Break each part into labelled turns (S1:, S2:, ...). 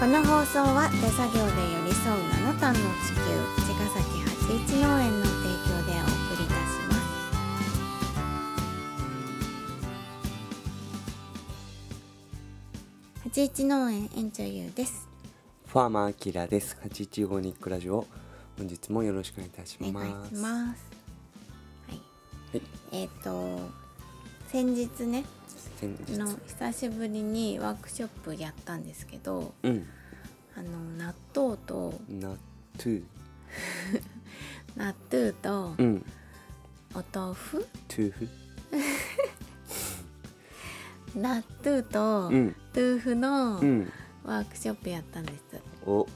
S1: この放送は手作業で寄り添う七段の地球茅ヶ崎八一農園の提供でお送りいたします八一農園園長ゆうです
S2: ファーマーアキラです。八一五ニックラジオ。本日もよろしくお願いいたし
S1: お
S2: ます。
S1: 願いしますはい
S2: は
S1: え
S2: い、
S1: っ、と先日ね
S2: 先
S1: あ
S2: 日。
S1: の久しぶりにワークショップやったんですけど
S2: うん、
S1: あの納豆と
S2: ナトゥ。
S1: 納豆と
S2: うん、
S1: お豆腐
S2: トゥーフ。
S1: 納豆と、
S2: うん、
S1: 豆腐の
S2: うん、
S1: ワークショップやったんです、
S2: お、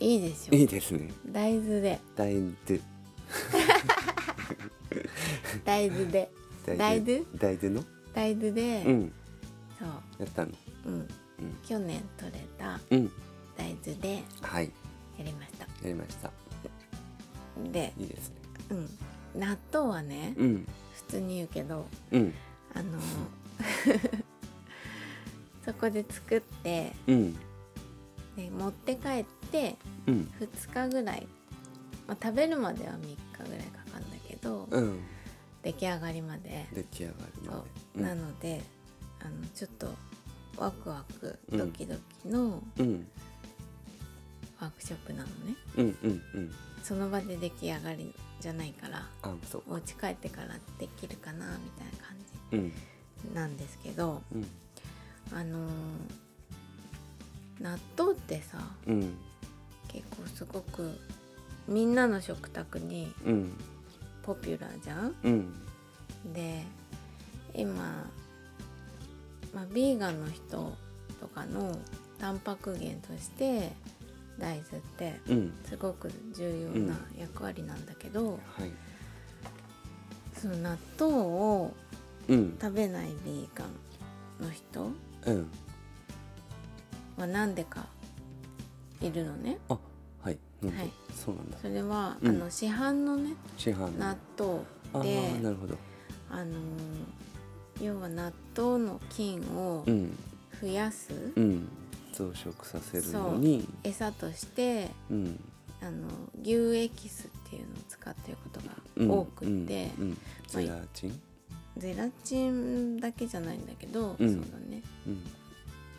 S1: いいでしょ
S2: いいですね。
S1: 大豆で
S2: 大豆。
S1: 大豆で大豆。
S2: 大豆の。
S1: 大豆で、
S2: うん、
S1: そ
S2: やったの。
S1: う、うん、
S2: うん、
S1: 去年取れた
S2: うん、
S1: 大豆でや
S2: はい、
S1: りました
S2: やりました。
S1: で、
S2: いいですね。
S1: うん、納豆はね、
S2: うん、
S1: 普通に言うけど
S2: うん、
S1: あの そこで作って、
S2: うん、
S1: ね、持って帰って
S2: うん、
S1: 2日ぐらい、まあ、食べるまでは3日ぐらいかかるんだけど、
S2: うん、
S1: 出来上がりまで
S2: 出来上がる
S1: そ
S2: ま
S1: う
S2: で。
S1: なのであのちょっとワクワク
S2: うん
S1: ドキドキの
S2: うん、
S1: ワークショップなのね、
S2: うん、うん、うん、
S1: その場で出来上がりじゃないから
S2: あ、そう。
S1: お家帰ってからできるかなみたいな感
S2: うん、
S1: じなんですけど
S2: うん、
S1: あのー納豆ってさ
S2: うん、
S1: 結構すごくみんなの食卓に
S2: うん、
S1: ポピュラーじゃん
S2: うん、
S1: で今、まあ、ビーガンの人とかのタンパク源として大豆って
S2: うん、
S1: すごく重要な役割なんだけど、
S2: はい。
S1: その納豆を
S2: うん、
S1: 食べないビーガンの人
S2: うん、
S1: は何でかいるのね。
S2: あ、はい。なんで
S1: はい
S2: そうなんだ。
S1: それは、
S2: うん
S1: あの市販のね
S2: 市販の。
S1: 納
S2: あ
S1: 豆で
S2: ーなるほど。
S1: あのー要は納豆の菌を
S2: うん、
S1: 増やす
S2: うん。増殖させるのに、
S1: 餌として
S2: うん、
S1: あの牛エキスっていうのを使ってること
S2: うん
S1: が多くて、
S2: うんうんゼラチン、
S1: ゼラチンだけじゃないんだけど、
S2: うん
S1: そうだね
S2: うん、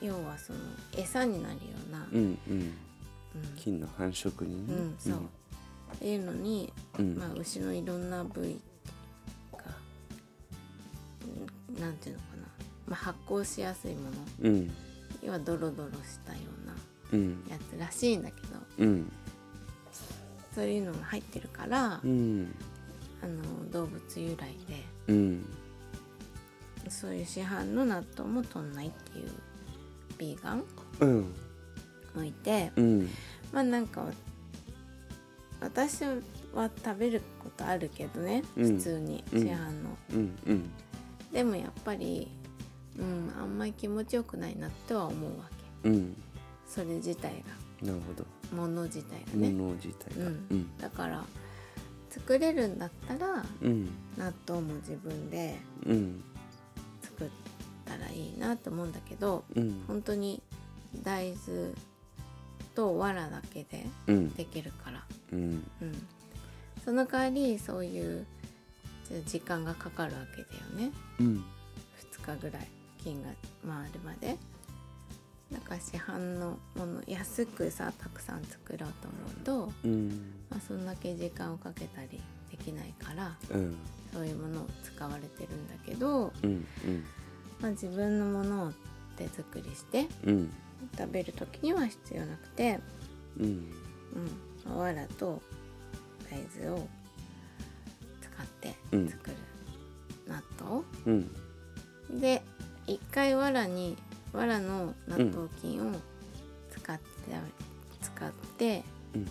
S1: 要はその餌になるような、
S2: うん、うん。
S1: うん
S2: 菌の繁殖にね。
S1: うんそうっていうのに、
S2: うん、
S1: まあ、牛のいろんな部位がうんなんていうのかな、まあ、発酵しやすいもの
S2: うん、
S1: 要はドロドロしたような
S2: うん、
S1: やつらしいんだけど
S2: うん、
S1: そういうのも入ってるから、
S2: うん、
S1: あの動物由来で。
S2: うん、
S1: そういう市販の納豆も取んないっていうビーガン
S2: うん、
S1: もいて
S2: うん、
S1: まあなんか私は食べることあるけどね、
S2: うん
S1: 普通に市
S2: うん
S1: 販の、
S2: うん、うん。
S1: でもやっぱりうんあんまり気持ちよくないなとは思うわけ
S2: うん
S1: それ自体
S2: なるほど。
S1: がもの自体がね、
S2: 物自体が。
S1: うん
S2: うん、
S1: だから作れるんだったら
S2: うん、
S1: 納豆も自分で
S2: うん、
S1: 作ったらいいなと思うんだけど、
S2: うん、
S1: 本当に大豆と藁だけで
S2: うん、
S1: できるから、
S2: うん、
S1: うん、その代わりそういうちょっと時間がかかるわけだよね
S2: うん、
S1: 2日ぐらい菌が回るまでなんか市販のもの安くさたくさん作ろうと思うと、
S2: うん、
S1: まあ、そんだけ時間をかけたりできないから
S2: うん、
S1: そういうものを使われてるんだけど、
S2: うん、うん。
S1: まあ、自分のものを手作りして
S2: うん
S1: 食べる時には必要なくて
S2: うん
S1: うん、わらと大豆を使って
S2: うん
S1: 作る納豆、
S2: うん
S1: で一回わらにわらの納豆菌を使って、使って
S2: うん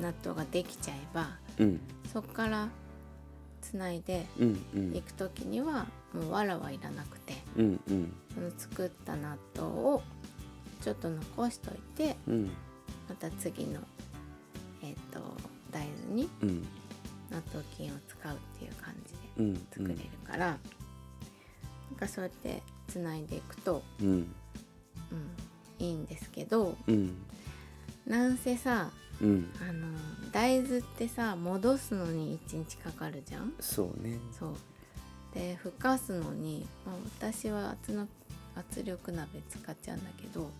S1: 納豆ができちゃえば
S2: うん
S1: そこからつないで
S2: うんう
S1: い
S2: ん
S1: く時にはもうわらはいらなくて
S2: うんうん
S1: その作った納豆をちょっと残しといて
S2: うん
S1: また次の、えっと大豆に
S2: うん
S1: 納豆菌を使うっていう感じで
S2: うん
S1: 作れるから、なんかそうやってつないでいくと、
S2: うん
S1: うん、いいんですけど
S2: うん
S1: なんせさ
S2: うん
S1: あの大豆ってさ戻すのに1日かかるじゃん
S2: そうね
S1: そうでふかすのに、まあ、私は圧の圧力鍋使っちゃうんだけど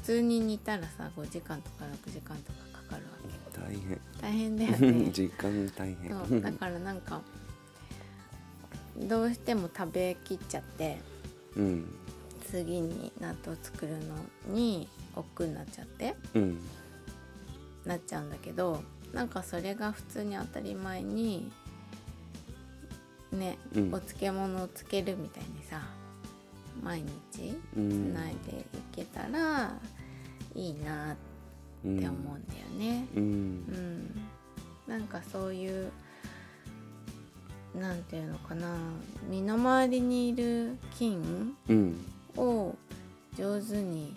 S1: 普通に煮たらさ5時間とか6時間とかかかるわ
S2: 大
S1: け大変だよ
S2: 変
S1: ね
S2: 時間大変
S1: そうだからなんかどうしても食べきっちゃって
S2: うん
S1: 次に納豆作るのに億劫になっちゃって
S2: うん
S1: なっちゃうんだけどなんかそれが普通に当たり前にね、
S2: うん
S1: お漬物をつけるみたいにさ毎日
S2: う
S1: つ
S2: ん
S1: ないでいけたらいいなっ
S2: うん
S1: て思うんだよね。
S2: う
S1: うんん、なんかそういうなんていうのかな身の回りにいる菌
S2: うん
S1: を上手に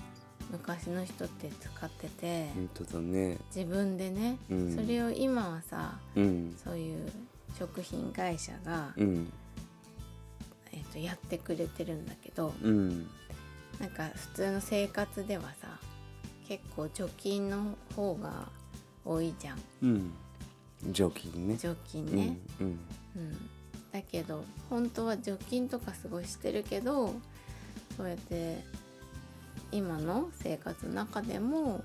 S1: 昔の人って使ってて、
S2: 本当だね
S1: 自分でね、
S2: うん
S1: それを今はさ
S2: うん
S1: そういう食品会社が、
S2: うん
S1: えっとやってくれてるんだけど
S2: うん
S1: なんか普通の生活ではさ結構除菌の方が多いじゃん
S2: うん除菌ね
S1: 除菌ね、
S2: うん
S1: うんだけど本当は除菌とかすごいしてるけどそうやって今の生活の中でも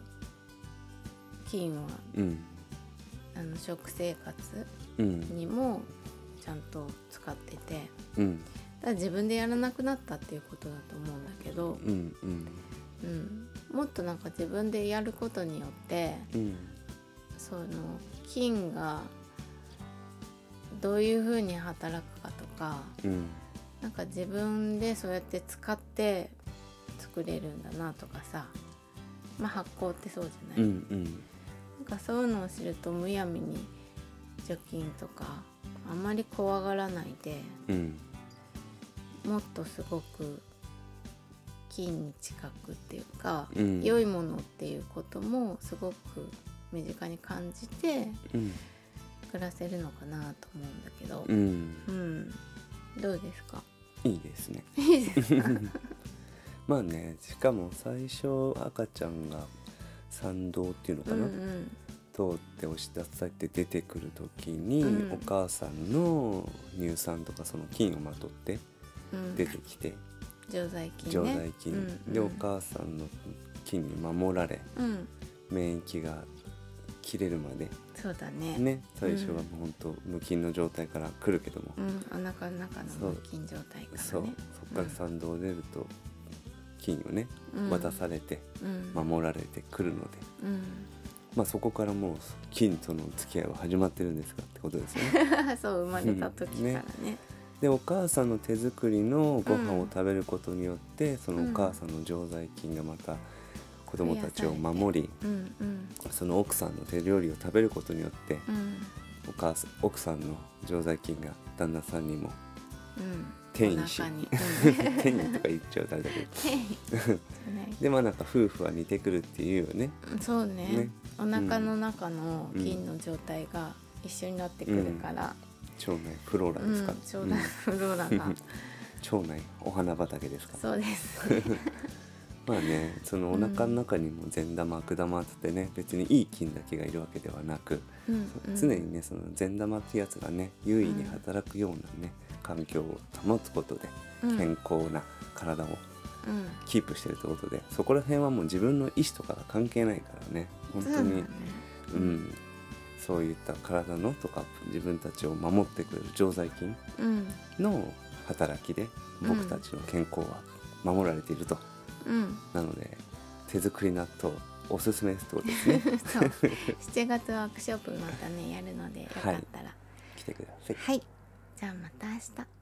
S1: 菌は
S2: うん
S1: あの食生活
S2: うん
S1: にもちゃんと使ってて
S2: うん
S1: ただ自分でやらなくなったっていうことだと思うんだけど、
S2: うんうん
S1: うん、もっとなんか自分でやることによって
S2: うん
S1: その菌がどういうふうに働くかとか
S2: うん
S1: なんか自分でそうやって使って作れるんだなとかさまあ発酵ってそうじゃない、
S2: うんうん
S1: なんかそういうのを知るとむやみに除菌とかあんまり怖がらないで
S2: うん
S1: もっとすごく菌に近くっていうか、
S2: うん
S1: 良いものっていうこともすごく身近に感じて
S2: うん
S1: 暮らせるのかなと思うんだけど
S2: う、ん
S1: うん、どうですか
S2: いいですね
S1: いいですか
S2: まあねしかも最初赤ちゃんが参道っていうのか
S1: うん
S2: な、
S1: うん
S2: 通って押し出されて出てくる時に、
S1: うん
S2: お母さんの乳酸とかその菌をまとって
S1: うん
S2: 出てきて、
S1: 常在菌
S2: 常
S1: ね
S2: 在菌、
S1: うん
S2: で
S1: うん
S2: お母さんの菌に守られ
S1: うん
S2: 免疫が切れるまで
S1: そうだね
S2: ね最初はもうほんと無菌の状態から来るけども、
S1: うん、お腹の中
S2: そ
S1: の
S2: う
S1: 無菌状態からね
S2: そうそっから参道を出ると菌をね
S1: うん
S2: 渡されて
S1: うん
S2: 守られてくるので、
S1: うん
S2: まあ、そこからもう金との付き合いは始まってるんですかってことで すね。
S1: そう生まれた時からね
S2: でお母さんの手作りのご飯を食べることによって、そのお母さんの常在菌がまた子供たちを守り
S1: うんうん
S2: その奥さんの手料理を食べることによって
S1: うん
S2: お母さん奥さんの常在菌が旦那さんに も
S1: うん
S2: 転移し
S1: お腹 に
S2: 手にとか言っちゃうとあれだけど
S1: 転移そうね
S2: でまあなんか夫婦は似てくるっていうよね。
S1: そうね
S2: ね
S1: お腹の中の菌の状態が一緒になってくるから、
S2: 腸内フロー
S1: う
S2: ラ
S1: ん
S2: ですか、
S1: ちょうどフローラが
S2: うん腸内お花畑ですから
S1: そうですね
S2: まあねそのお腹の中にも善玉悪玉っつってね別にいい菌だけがいるわけではなく、
S1: うんうん
S2: 常にねその善玉ってやつがね優位に働くようなね、環境を保つことで
S1: うん
S2: 健康な体を
S1: うん
S2: キープしてるってことで、そこら辺はもう自分の意思とかが関係ないからね本当
S1: そうだ
S2: に
S1: ね
S2: う,、ん、そういった体のとか自分たちを守ってくれる常在菌
S1: うん
S2: の働きで僕たちの健康は守られていると。
S1: うん
S2: なので手作り納豆おすすめですってことですね
S1: そう7月ワークショップまたねやるのでよかったら
S2: 来てください
S1: はい、じゃあまた明日